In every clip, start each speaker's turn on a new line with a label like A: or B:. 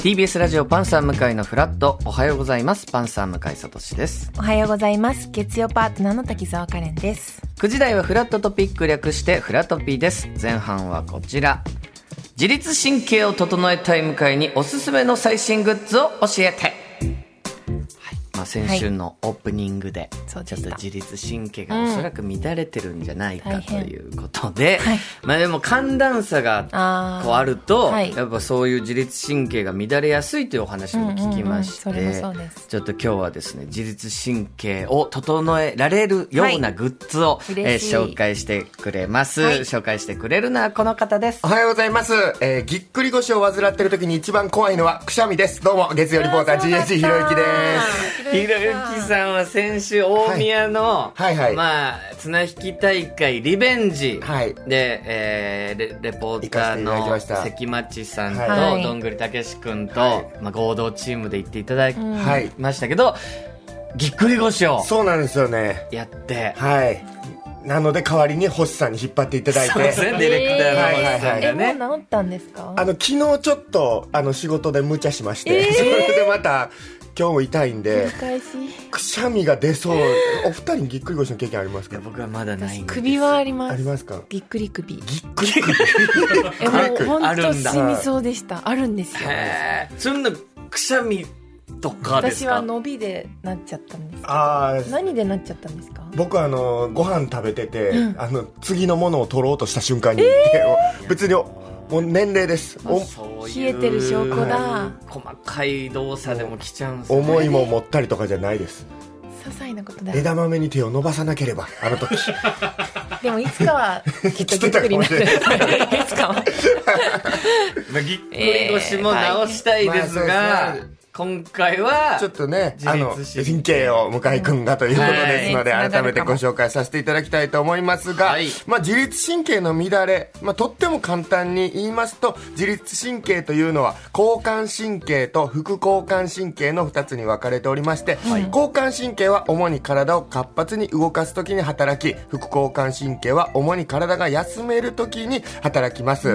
A: TBS ラジオパンサー向井のフラットおはようございますパンサー向井聡です
B: おはようございます。月曜パートナーの滝沢カレンです。
A: 9時台はフラットトピック略してフラトピーです前半はこちら自律神経を整えたい向井におすすめの最新グッズを教えて、はいまあ、先週のオープニングで、
B: そう
A: ち
B: で
A: ょっ
B: し
A: と
B: た
A: 自律神経がおそらく乱れてるんじゃないか、
B: うん大
A: と
B: 変
A: いうことで、
B: はい
A: まあでも寒暖差が
B: あー
A: こうあると、
B: はい
A: やっぱそういう自律神経が乱れやすいというお話も聞きまして、
B: うんうんうんそれもそうです
A: ちょっと今日はですね自律神経を整えられるようなグッズを、えー
B: 嬉しい
A: 紹介してくれます、
B: はい
A: 紹介してくれるのはこの方です
C: おはようございます。えーぎっくり腰を患ってる時に一番怖いのはくしゃみです。どうも、月曜リポーター GH ひろゆきです。
A: ひろゆきさんは先週大宮の、
C: はいはいはい
A: まあ、綱引き大会リベンジで、
C: はい
A: えーレレポーター
C: 行
A: の
C: かせていただきました
A: 関町さんと、
B: はい
A: どんぐりたけし君と、
C: はい
A: まあ、合同チームで行っていただき
C: はい。
A: ましたけど、ぎっくり腰を
C: そうなんですよね。
A: やって、
C: はい。なので代わりに星さんに引っ張っていただい
A: そうです
C: て。
A: ね、ディレクターの
C: はいはい
A: 星さ
C: は
A: ん
C: い
B: え、
A: がね。
B: もう治ったんですか
C: あの、昨日ちょっと、あの、仕事で無茶しまして、それでまた、今日も痛いんで、
B: 返し。
C: くしゃみが出そう。お二人にぎっくり腰の経験あります
A: い
C: か
A: や僕はまだないんです
B: 首はありま
C: あり
B: す。
C: ますか
B: びっくり首。
C: ぎっくり腰。
B: え、もう
A: あ
B: 本
A: る
B: 当
A: んだ
B: 死にそうでした。あるんですよ。
A: へーそんなくしゃみとかです
B: 私は
A: か
B: 伸びでなっちゃったんです。
C: あー
B: 何でなっちゃったんですか
C: 僕はあのご飯食べてて、あの次のものを取ろうとした瞬間に、で 別におもう年齢です
A: まあ
C: お
A: そういう
B: 冷えてる証拠だ。
A: 細かい動作でも来ちゃうんですね
C: 思いも持ったりとかじゃないです
B: 些細なことだ。
C: 枝豆に手を伸ばさなければあの時
B: でもいつかはきっとびっく りになる。いつかは。
A: まあぎっくり腰も直したいです
C: ま
A: が
C: あそうですね
A: 今回は
C: ちょっとねあの
A: 自律神経
C: 神経を向井君がということですので、
B: はい
C: 改めてご紹介させていただきたいと思いますが、
A: はい
C: まあ、自律神経の乱れ、まあ、とっても簡単に言いますと自律神経というのは交感神経と副交感神経の2つに分かれておりまして、交感神経は主に体を活発に動かす時に働き副交感神経は主に体が休める時に働きます、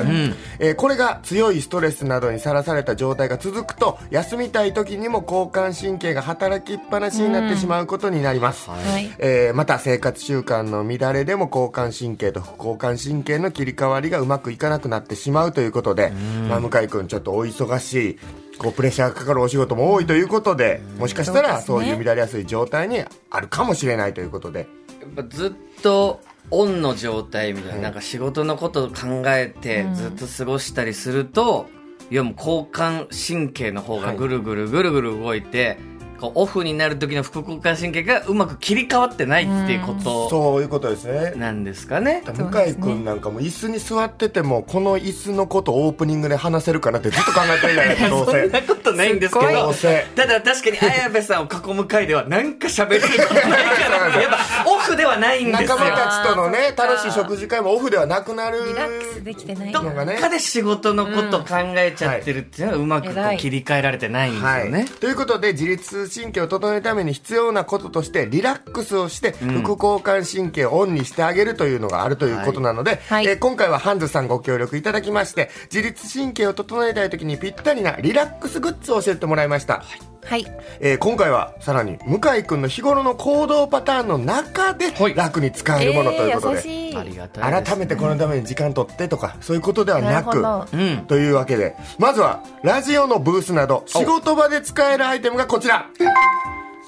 C: えーこれが強いストレスなどにさらされた状態が続くと休みたい時にも交感神経が働きっぱなしになってしまうことになります、
B: はい。
C: えーまた生活習慣の乱れでも交感神経と副交感神経の切り替わりがうまくいかなくなってしまうということで、まあ、向井君ちょっとお忙しいこうプレッシャーがかかるお仕事も多いということでもしかしたら
B: そう
C: そう
B: ですね
C: いう乱れやすい状態にあるかもしれないということで
A: やっぱずっとオンの状態みたいな,、なんか仕事のことを考えてずっと過ごしたりすると、いやもう交感神経の方がぐるぐるぐるぐる動いて、こうオフになる時の副交感神経がうまく切り替わってないっていうこと
C: そういうことですね
A: なんですかね。
C: 向
B: そうで
C: 井
B: すね
C: 君なんかも椅子に座っててもこの椅子のことオープニングで話せるかなってずっと考えてるじゃないですかどう
A: そん
C: せ
A: なことないんですけ
C: ど
A: ど
C: うせ
A: ただ確かに綾部さんを囲む会ではなんか喋れることないから ってやっぱオフではないんですよ
C: 仲間たちとの
B: あーそ
C: ね
B: っか
C: 楽しい食事会もオフではなくなる
B: リラックスできてない
A: ど。っかで仕事のこと考えちゃってるっていうのはうまくこ
B: 偉
A: う
B: い
A: 切り替えられてないんです
C: は
A: よ
C: い
A: ね。
C: ということで自律神経を整えるために必要なこととしてリラックスをして副交感神経をオンにしてあげるというのがあるということなので、
B: はい
C: えー今回はハンズさんご協力いただきまして自律神経を整えたい時にぴったりなリラックスグッズを教えてもらいました、
B: はい。
C: えー今回はさらに向井君の日頃の行動パターンの中で
A: はい
C: 楽に使えるものということで、
B: えー優しい。
A: ありがたいです
C: 改めてこのために時間取ってとかそういうことではなく
B: なる
A: ど
B: ほ
A: うん
C: というわけでまずはラジオのブースなど仕事場で使えるアイテムがこちら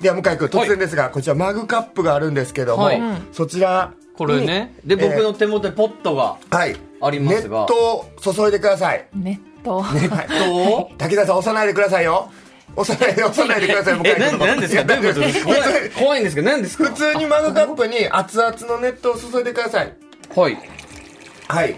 C: では向井君突然ですが、こちらマグカップがあるんですけども、
A: はい
C: そちら
A: これね。で、
C: えー
A: 僕の手元にポットが。
C: はい
A: ありますが
C: 熱湯を注いでください
B: ネット。
A: と
C: 滝沢さん押さないでくださいよ押さないで押さないでください向井
A: え、
C: 君
A: なんなん ですかどういうことですか怖
C: 普通
A: い怖いんですけど、何です
C: 普
A: か
C: 通にマグカップに熱々の熱湯を注いでください
A: はい。
C: はい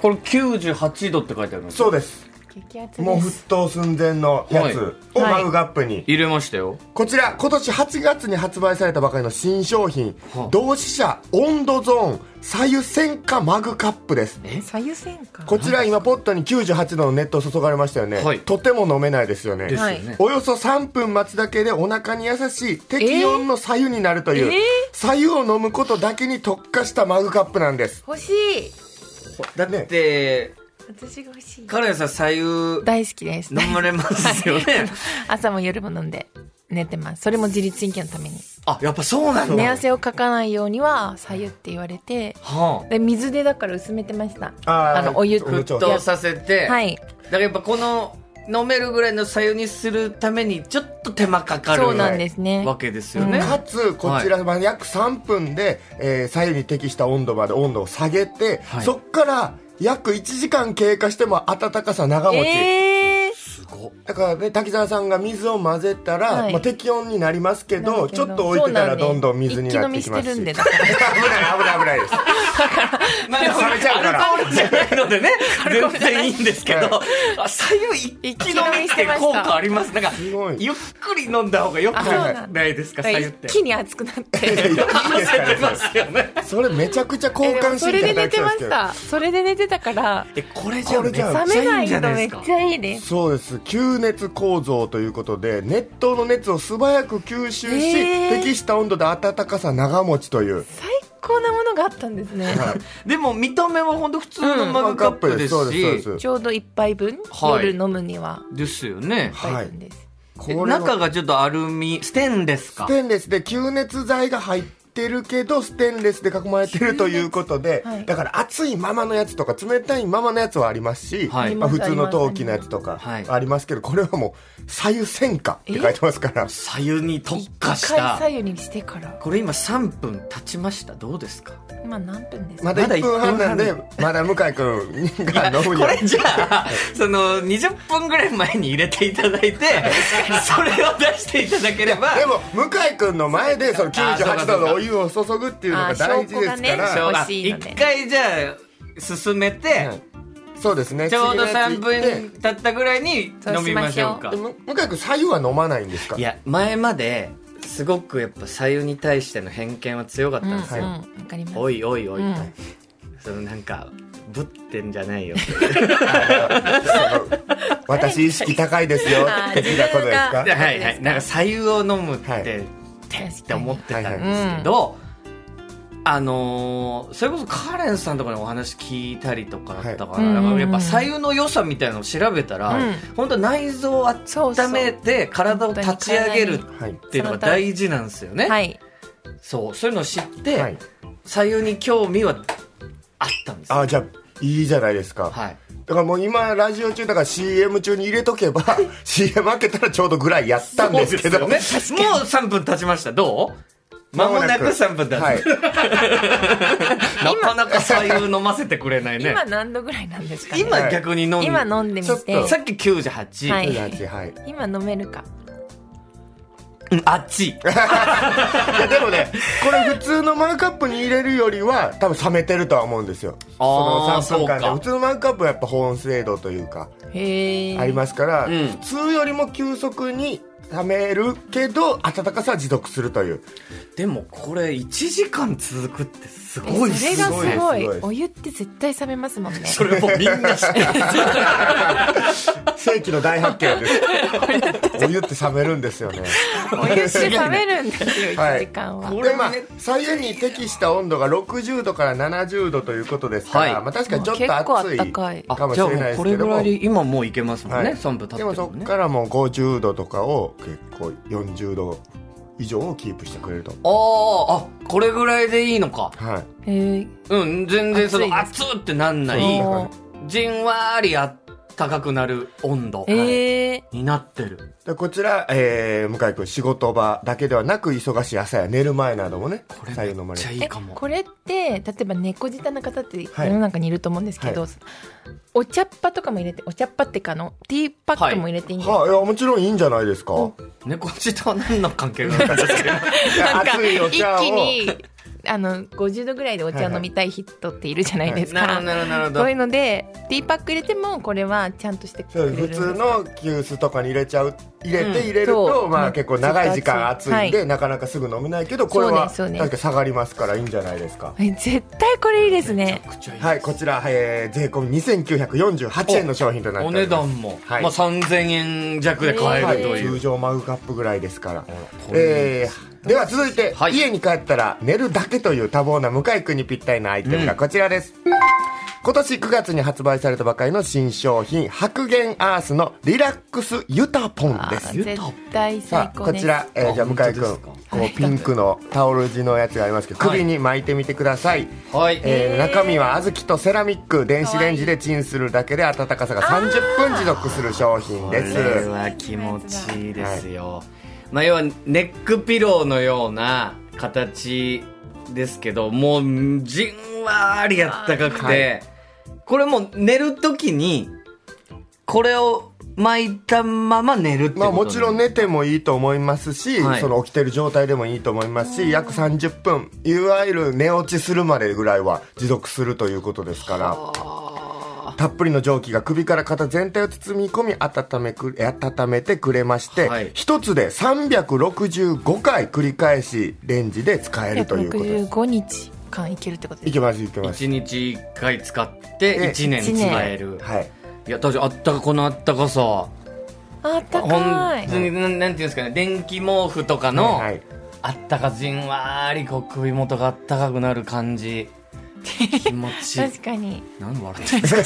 A: これ98度って書いてあります。
C: そうです
B: 激アツ
C: もう
B: です。
C: 沸騰寸前のやつを
B: はい
C: マグカップに、
A: 入れましたよ。
C: こちら今年8月に発売されたばかりの新商品、
A: はあ
C: 同志社温度ゾーン左右線化マグカップです
B: 左右線か。
C: こちら今ポットに98度の熱湯注がれましたよね、
A: はい
C: とても飲めないですよね
A: ですよ
B: は
A: ね。
C: およそ3分待つだけでお腹に優しい適温の左右になるという、
B: えーえー
C: 左右を飲むことだけに特化したマグカップなんです
B: 欲しい。
C: だね
A: で、
B: 私が欲しい
A: カレンさん左右
B: 大好きです
A: 飲まれますよね
B: 朝も夜も飲んで寝てますそれも自律神経のために
A: あやっぱそうなんだ
B: 寝汗をかかないようには左右って言われて
A: は
B: で水でだから薄めてました
C: あー
B: あのお湯
A: あ、沸騰させて、
B: はい
A: だからやっぱこの飲めるぐらいの左右にするためにちょっと手間かかる
B: そうなんですね
A: わけですよね、
C: かつこちらは約3分で、えー左右に適した温度まで温度を下げて、
A: はい
C: そっから約1時間経過しても温かさ長持ち、
B: えー、
A: すごっ
C: だからね滝沢さんが水を混ぜたら、
B: はい
C: まあ、適温になりますけ
B: な
C: ど
B: るけ
C: ちょっと置いてたら
B: そうな
C: ど
B: で
C: んどん水になってき
B: 一気飲み
C: ます
B: してるんで
C: し
B: だから
C: 危ない危ない危ないです
A: まあ、冷
C: めちゃうから
A: アルコールじゃないのでね全然いいんですけど
C: は
A: あ左右一気飲みって効果ありますなんか
C: すごい
A: ゆっくり飲んだ方がよく
B: あそうなんだ
A: ないですか
B: だか
A: 左
B: ら
A: 右っ
B: 一
A: て
B: 気に熱くなって
C: いやいやいいですから
A: 出 ますよね
C: それめちゃくちゃ交
B: えで
C: 換
B: もそ
C: 神
B: れ
C: 経
B: で寝
C: 働き
B: て
C: そう
B: ますし
C: でけど
B: たそれで寝てたから
A: えこれじゃ
C: こ
A: め
C: れ
A: ち
C: じゃ
A: ゃ
B: 冷
A: めちゃ
B: めない
A: い
B: い
A: んじゃないで
B: のめ
A: す
B: っ
A: か
B: ちゃいいです
C: そうです吸熱構造ということで熱湯の熱を素早く吸収し、
B: えー
C: 適した温度で温かさ長持ちという
B: 最高なものがあったんですね
A: でも見た目は本当普通のマグカップです
C: そうです
A: し
C: そうです
B: ちょうど一杯分、
A: はい
B: 夜飲むには
A: ですよね
B: 一杯分です、
A: え
C: これは
A: 中がちょっとアルミステンレスか
C: ステンレスで吸熱材が入ってるけどステンレスで囲まれてるということで、
B: 吸熱はい
C: だから熱いままのやつとか冷たいままのやつはありますし、
A: はい
C: まあ、
B: あり
C: 普
B: ます
C: 通の陶器のやつとか
A: はい
C: ありますけど、これはもう左右線下って書いてますから
A: 左右に特
B: 一
A: 化
B: 回
A: した
B: 左右にしてから
A: これ今3分経ちましたどうですか
B: 今何分ですか、
C: まだ
A: まだ
C: 1分半なんで
A: 一分
C: まだ向井君が飲むに
A: こ
C: は
A: れ じゃあその20分ぐらい前に入れていただいてそれを出していただければ
C: でも向井君の前でその98度のお湯を注ぐっていうのが大事ですか
B: あー証拠が
C: ら、
B: ね
A: あ
B: 欲しいので
A: 一回じゃあ進めて、
C: はいそうですね
A: ちょうど
C: 次のや
A: 3
C: つ行っ
A: 分経ったぐらいに飲みましょう
C: て
A: か
C: でむ向井君左右は飲まないんですか
A: いや前まですごくやっぱ左右に対しての偏見は強かったんです
B: う
A: よ、
B: んうん、わかります
A: おいおいおい、
B: うん
A: そのなんかぶってんじゃないよ
C: 私意識高いですよ
B: あー
C: 的なことですか
A: はいはいなんか左右を飲むって、
C: はい
A: ってって思ってたんですけど、あのーそれこそカレンさんとかにお話聞いたりとかだったから、
B: はい
A: だからやっ
B: うんうんうん
A: ぱ左右の良さみたいなのを調べたら、
B: うん
A: 本当内臓を
B: そうそう
A: 温めて体を立ち上げる
C: はい
A: っていうのが大事なんですよね、
B: はい
A: そうそういうのを知って、
C: はい
A: 左右に興味はあったんです
C: あ
A: よ
C: ーじゃあいいじゃないですか、
A: はい
C: だからもう今ラジオ中だから CM 中に入れとけば CM 開けたらちょうどぐらいやったんですけど
A: そうですよねもう3分経ちましたどう間もなく3分経つ、
C: はい、
A: なかなか左右飲ませてくれないね
B: 今何度ぐらいなんですか、ね、
A: 今逆に飲んで、
B: 今飲んでみ
C: ちょっ
B: して
C: と
A: さっき98、
B: は
C: 98はい
B: 今飲めるか
A: うんあっち
C: いやでもねこれ普通のマグカップに入れるよりは多分冷めてるとは思うんですよ
A: あー
C: その3分間で
A: そうか
C: 普通のマグカップはやっぱ保温精度というか
B: へえ
C: あり
B: す
C: ますから、
A: うん
C: 普通よりも急速に冷めるけど温かさは持続するという
A: でもこれ1時間続くってすごい
B: それがすごい
A: です
C: すごい
B: お湯って絶対冷めますもんね
A: それもみんな知ってる
C: 世紀の大発 見ですお湯って冷めるんですよね
B: お湯って冷めるんですよ1時間は、
A: はいこれ
C: でまあ
A: ね
C: 左右に適した温度が60度から70度ということですから、
A: はい
C: まあ、確かにちょっと暑い
B: 結構暖かい
A: あ
C: かもし
A: じゃあ
C: れ
A: も
C: ないう
A: こ
C: ですけ
A: れぐ
C: ども
A: らいで今もういけますもんね、
C: はい
A: 3分経って
C: で
A: る
C: もそ
A: もん
C: こ
A: ね
C: からもう50度とかを結構40度以上をキープしてくれると、
A: あーあこれぐらいでいいのか
C: は
B: へ
C: い、
B: ー
A: うん全然その
B: 暑い
A: 熱ってなんな
C: そう
A: い
C: だから
B: おー
A: じんわりあったかくなる温度
B: ええ
A: になってる
C: でこちら、えー、向井君仕事場だけではなく忙しい朝や寝る前などもね
A: これ
C: 左右飲
A: め
C: ま
A: っ
C: れ
A: ちゃ
C: る
A: いい
B: え
A: かも
B: これって例えば猫舌な方って
C: はい
B: 世の中にいると思うんですけど、
C: は
B: お茶っ葉とかも入れてお茶っ葉っていうかあのティーパックも入れていいんですか、
C: はいいやもちろんいいんじゃないですか、
A: 猫舌は何の関係があるんですか
C: いや
B: なんか
C: 熱いお
B: 一
C: 茶を
B: 気にあの50度ぐらいでお茶飲みたい人っているじゃないですか、
A: なるほどなるほどなるほど
B: そういうのでティーパック入れてもこれはちゃんとしてく
C: そ
B: れ
C: う
B: るん
C: 普
B: です
C: 通の急須とかに入れちゃう入れて入れる
B: そ
C: と、
B: う
C: ま
B: う
C: あ
B: ん
C: 結構長い時間
B: ず
C: 熱
B: っと熱い
C: いんで、なかなかすぐ飲めないけどこれは
B: そうねそうね
C: 確か下がりますからいいんじゃないですか
B: え絶対これいいですね
A: めちゃくちゃいい
C: はいこちら、えー、税込み2948円の商品となって
A: お
C: おり
A: 値
C: ます
A: 段も、
C: はい
A: まあ、3000円弱で買えると
C: はい、
A: いう、
C: 通常マグカップぐらいですから
A: こ、れ
C: えー、では続いて、
A: はい
C: 家に帰ったら寝るだけという多忙な向井君にぴったりなアイテムがこちらです、今年9月に発売されたばかりの新商品、白玄アースのリラックスユタポンです。
B: 絶対最
C: さあ
B: 高
C: こ
B: です
C: ちら、えーじゃあ向井
A: あ本
C: 君
A: 当ですか
C: こうピンクのタオル地のやつがありますけど、
A: はい
C: 首に巻いてみてください、
A: はい
C: えー中身は小豆とセラミック電子レンジでチンするだけで温かさが30分持続する商品
A: こ
C: で
A: れ
C: す
A: は気持ちいいですよ、まあ要はネックピローのような形ですけどもうじんわりあったかくて、これもう寝る時にこれを巻いたまま寝るってこと
C: まあ、もちろん
A: ね
C: 寝てもいいと思いますし、
A: はい
C: その起きてる状態でもいいと思いますし約30分いわゆる寝落ちするまでぐらいは持続するということですからたっぷりの蒸気が首から肩全体を包み込み温めく温めてくれまして、
A: はい
C: 一つで365回繰り返しレンジで使えるということです。
B: 365日間いけるってことで
C: い
B: す
C: けますいけます
A: 1日1回使って
C: え
A: 1年
B: 一年
A: 使える、
C: はい
A: いや確かにあったかこのあったかさ
B: あったか
A: 本
B: い
A: 当になんなんていうんですかね電気毛布とかの、
C: はい
A: あったかじんわりこう首元があったかくなる感じ気持ちいい
B: 確かに
A: 何笑ってんですか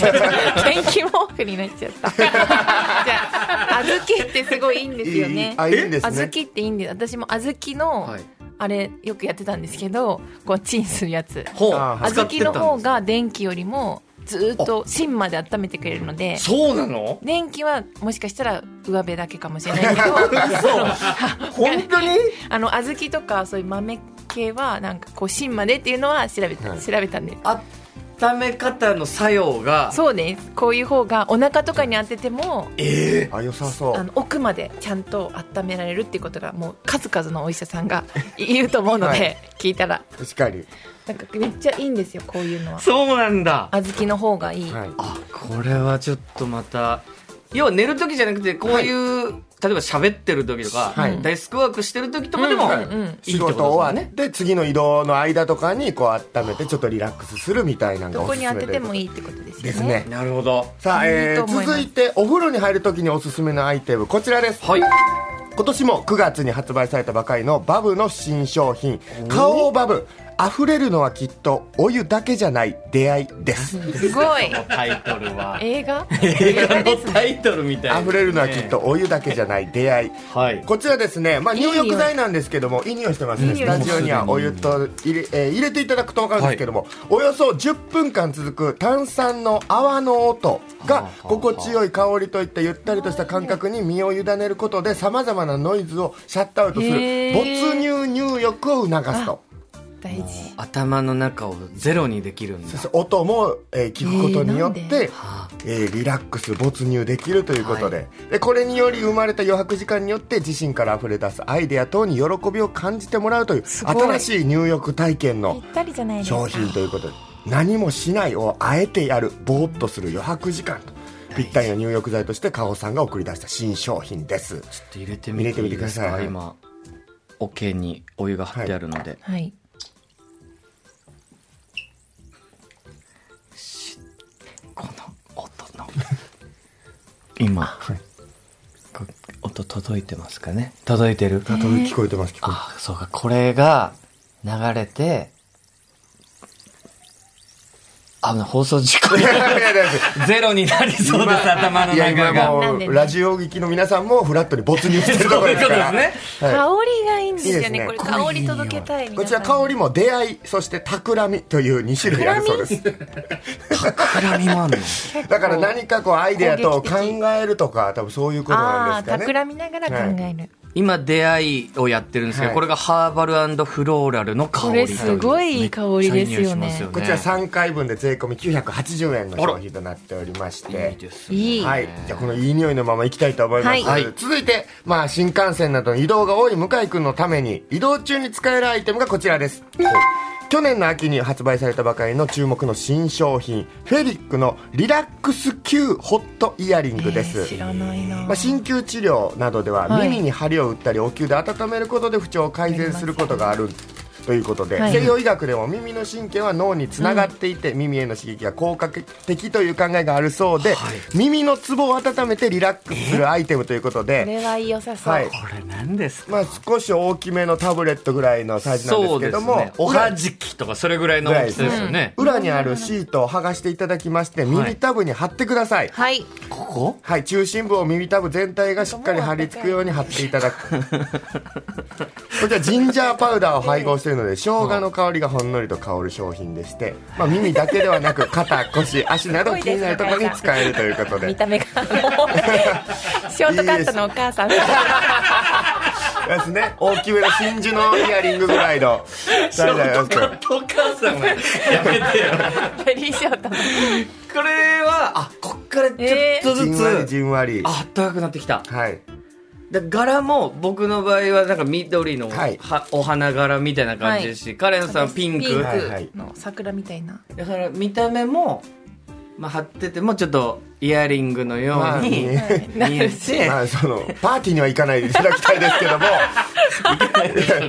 B: 天気毛布になっちゃったじゃあ小豆ってすごいいいんですよ
C: いい
B: ね
C: あいいんです
B: 小豆
C: ね
B: っていいんです私も小豆の、
A: はい
B: あれよくやってたんですけどこうチンするやつ
A: ほう
C: あーはい
A: 使
B: 小
A: って
B: 豆
A: た
B: の
A: んですか
B: 方が電気よりもずーっと芯まで温めてくれるので
A: そうなの
B: 電気はもしかしたら上辺だけかもしれないけど
A: 本当に
B: あの小豆とかそういう豆系はなんかこう芯までっていうのは調べた、
C: はい
B: 調べたんです
A: 温め方の作用が
B: そうですこういう方がお腹とかに当てても
A: え
C: あ良さそ
B: あ
C: う
B: の奥までちゃんと温められるっていうことがもう数々のお医者さんが言うと思うので、
C: はい
B: 聞いたら
C: 確かに、
B: なんかめっちゃいいんですよこういうのは
A: ー、そうなんだ
B: 小豆の方がいい、
C: はい、
A: あこれはちょっとまた要は寝る時じゃなくてこういう、例えば喋ってる時とか、
C: はい
A: デスクワークしてる時とかでも、
C: うん
A: いいってことです
C: 仕
A: よね
C: 事終わって次の移動の間とかにこう温めてちょっとリラックスするみたいなのが
B: ど
C: お
B: こ
C: す
B: に
C: す
B: 当
C: め
B: てても
C: い
B: いいってことですよね
C: ですね
A: なるほど
C: さあ、え
B: いいと
C: ー、
B: 思います
C: 続いてお風呂に入るときにおすすめのアイテムこちらです
A: はい
C: 今年も9月に発売されたばかりのバブの新商品顔バブ溢れるのはきっとお湯だけじゃない出会いです
B: すごい
A: このタイトルは
B: 映画
A: 映画のタイトルみたいな、
C: 溢れるのはきっとお湯だけじゃない出会い
A: はい
C: こちらですね、まあ、
B: いい
C: 入
B: 匂い
C: 浴剤なんですけどもいい匂いしてますね
B: いい
C: ス
B: 匂い
C: タジオにはお湯と入れ,、えー入れていただくと分かるんですけども、およそ10分間続く炭酸の泡の音が心地よい香りといったゆったりとした感覚に身を委ねることでさまざまなノイズをシャットアウトする
B: へー
C: 没入入浴を促すと。
B: 大 事
A: 頭の中をゼロにできるんだ
C: そうそう音も、えー聞くことによって、
B: えーな
C: え
B: ん
C: ーリラックス没入できるということで,、でこれにより生まれた余白時間によって自身から溢れ出すアイデア等に喜びを感じてもらうという
B: すごい
C: 新しい入浴体験
B: ぴ
C: の
B: ったりじゃないですか
C: 商品ということで何もしないをあえてやるぼーっとする余白時間とぴったりの入浴剤として花王さんが送り出した新商品です
A: ちょっと入れてみていいですか
C: 入れてみてくだ
A: 今桶にお湯が張ってあるので、
B: はい
A: この音の今、こ音届いてますかね届いてる
C: あと聞こえてます聞こ
A: あそうかこれが流れてあの放送事故
C: えてますいやいやいや
A: ゼロになりそうです頭の
C: いや今
A: 中が
B: なん
C: も
B: で
C: う
B: ね
C: ラジオ劇の皆さんもフラットに没入してるところですから
A: そういうこと
C: すね、は
B: 香
C: い
B: りがいいんですよね
C: いいですね
B: これ香り届けたい
C: こちら香りも出会いそして企みという2種類あるそうです
A: 膨らみもあんの
C: だから何かこうアイデアと考
B: 攻
C: えるとか多分そういうことな
B: あ
C: ん
B: あ
C: ですかね
B: 企みながら考える、
A: 今出会いをやってるんですけど、
C: はい
A: これがハーバルフローラルの香り
B: これすごいいい香りです
A: めっちゃいい匂
B: よね
A: いしますよ
C: こちら3回分で税込み980円の商品となっておりまし
A: いい
C: て
A: ですね
B: いい、
C: はい、じゃあこのいい匂いのまま行きたいと思います、
B: はい
A: はい
C: 続いて、まあ、新幹線などの移動が多い向井君のために移動中に使えるアイテムがこちらです去年の秋に発売されたばかりの注目の新商品フェリックのリラックス Q ホットイヤリングです、
B: えー知らないな、
C: まあ、鍼灸治療などでは
B: はい
C: 耳に針を打ったりお灸で温めることで不調を改善することがあるということで、
B: はい
C: 西洋医学でも耳の神経は脳につながっていて、耳への刺激が効果的という考えがあるそうで、耳のツボを温めてリラックスするアイテムということ
B: こ
C: で、
B: れは良さそう、
C: はい
A: これ何ですか
C: まあ、少し大きめのタブレットぐらいのサイズなんですけども、
A: ね、おはじきとかそれぐらいの大きさですよね、
C: 裏にあるシートを剥がしていただきまして耳たぶに貼ってください、はい
B: はい
A: ここ
C: 中心部を耳たぶ全体がしっかり貼り付くように貼っていただく こちらジンジャーパウダーを配合しているので生姜の香りがほんのりと香る商品でして、まあ、耳だけではなく肩腰足など気になるところに使えるということで
B: 見た目がも うショートカットのお母さんみたいな
C: ですね大きめの真珠のイヤリングぐらいのサイズなんですけど
A: お母さんがやめてよ
B: ベリーショートの
A: これはあこっからちょっと
C: じんわり
A: ずつ、
C: じんわり
A: ああったかくなってきた
C: はい
A: で柄も僕の場合はなんか緑の、
C: はい
A: はお花柄みたいな感じですし、カレンさんピンク
B: ピン
C: はいはい
B: クの桜みたいな
A: だから見た目も、まあ、貼っててもちょっとイヤリングのように
C: まあ
A: 見え て、
C: まあ、そのパーティーには行かないでいただきたいですけ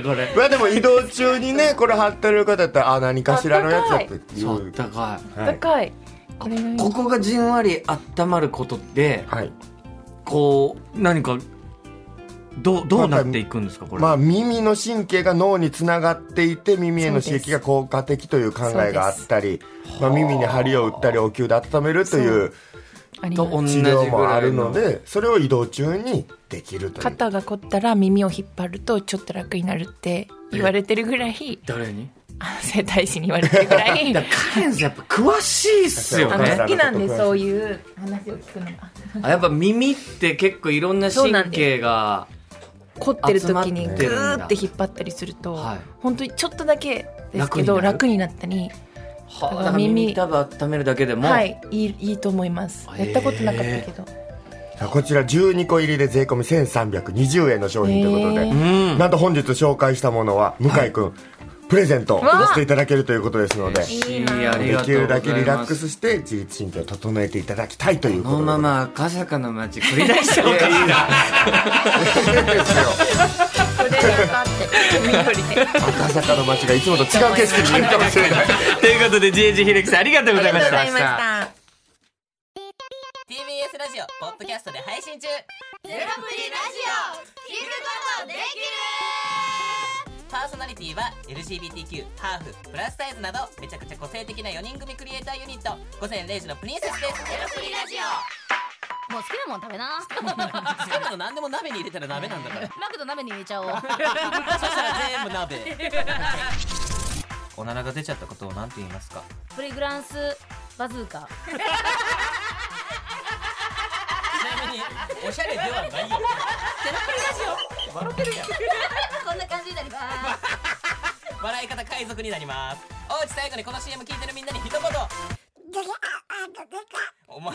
C: ども
A: これ
C: まあでも移動中にねこれ貼ってる方だったらあ何かしらのやつだってい
A: そうあっ
C: う
A: たかい
C: はい
B: 高いこれがいい
A: ここがじんわり温まることって
C: はい
A: こう何かどうどうなっていくんですかこれ、
C: まあ耳の神経が脳につながっていて耳への刺激が効果的という考えがあったり、まあ、耳に針を打ったりお灸で温めるという
B: あり
A: と
B: ます
A: 同
C: 治
A: じぐら
C: 療
A: い
C: もあるの
A: の
C: でそれを移動中にできるという
B: 肩が凝ったら耳を引っ張るとちょっと楽になるって言われてるぐらい
A: 誰に
B: 整体師に言われてるぐ らい
A: だからカレンさんやっぱ詳しいっすよ
B: あの
A: ね
B: 好きなんでそういう話を聞くのが
A: あやっぱ耳って結構いろんな神経が
B: 凝ってる時に
A: 集まっ
B: グ
A: てるんだ
B: ーって引っ張ったりすると、
A: はい
B: 本当にちょっとだけですけど
A: 楽
B: 楽になったり、
A: はあだ
B: だか
A: からら耳
B: 耳
A: たぶ温めるだけでも、
B: はい、いいいいと思います
A: へ
B: や
A: ー
B: ったことなかったけど、
C: さあこちら12個入りで税込み1320円の商品ということで、
B: へー
A: うん
C: なんと本日紹介したものは向井君、プレゼントをさせていただけるということですので、
A: 嬉し
B: いい
A: い
B: な
A: あり
C: で
A: がと
C: き
A: うご
C: る
A: ざ
C: だ
A: い
C: けリラ
A: ま
C: ック
A: す
C: スして自律神経を整えていただきたいというこ
A: この
C: と
A: ま
C: で
A: ま赤坂の街繰り出しちゃおうか
C: 赤坂の街がいつもと違う景色に見えるかもしれない
A: ということで GH 秀樹さんありがとうございました
D: TBS ラジオポッドキャストで配信中
E: ゼロプリラジオ聞くことできる
D: パーソナリティは LGBTQ ハーフプラスサイズなどめちゃくちゃ個性的な4人組クリエイターユニット午前0時のプリンセスですゼロプリラジ
E: もう好きなもん食べな
D: オ好きなの何でも鍋に入れたら鍋なんだ から
E: マクド鍋に入れち ゃおう
D: そしたら全部鍋 おならが出ちゃったことを何て言いますか
E: プリグランスバズーカ
D: ちなみにおしゃれではないよゼロプリラジオ笑ってるやん
E: こんな感じになります
D: 笑い方海賊になりますおうち最後にこの CM 聞いてるみんなに一言お前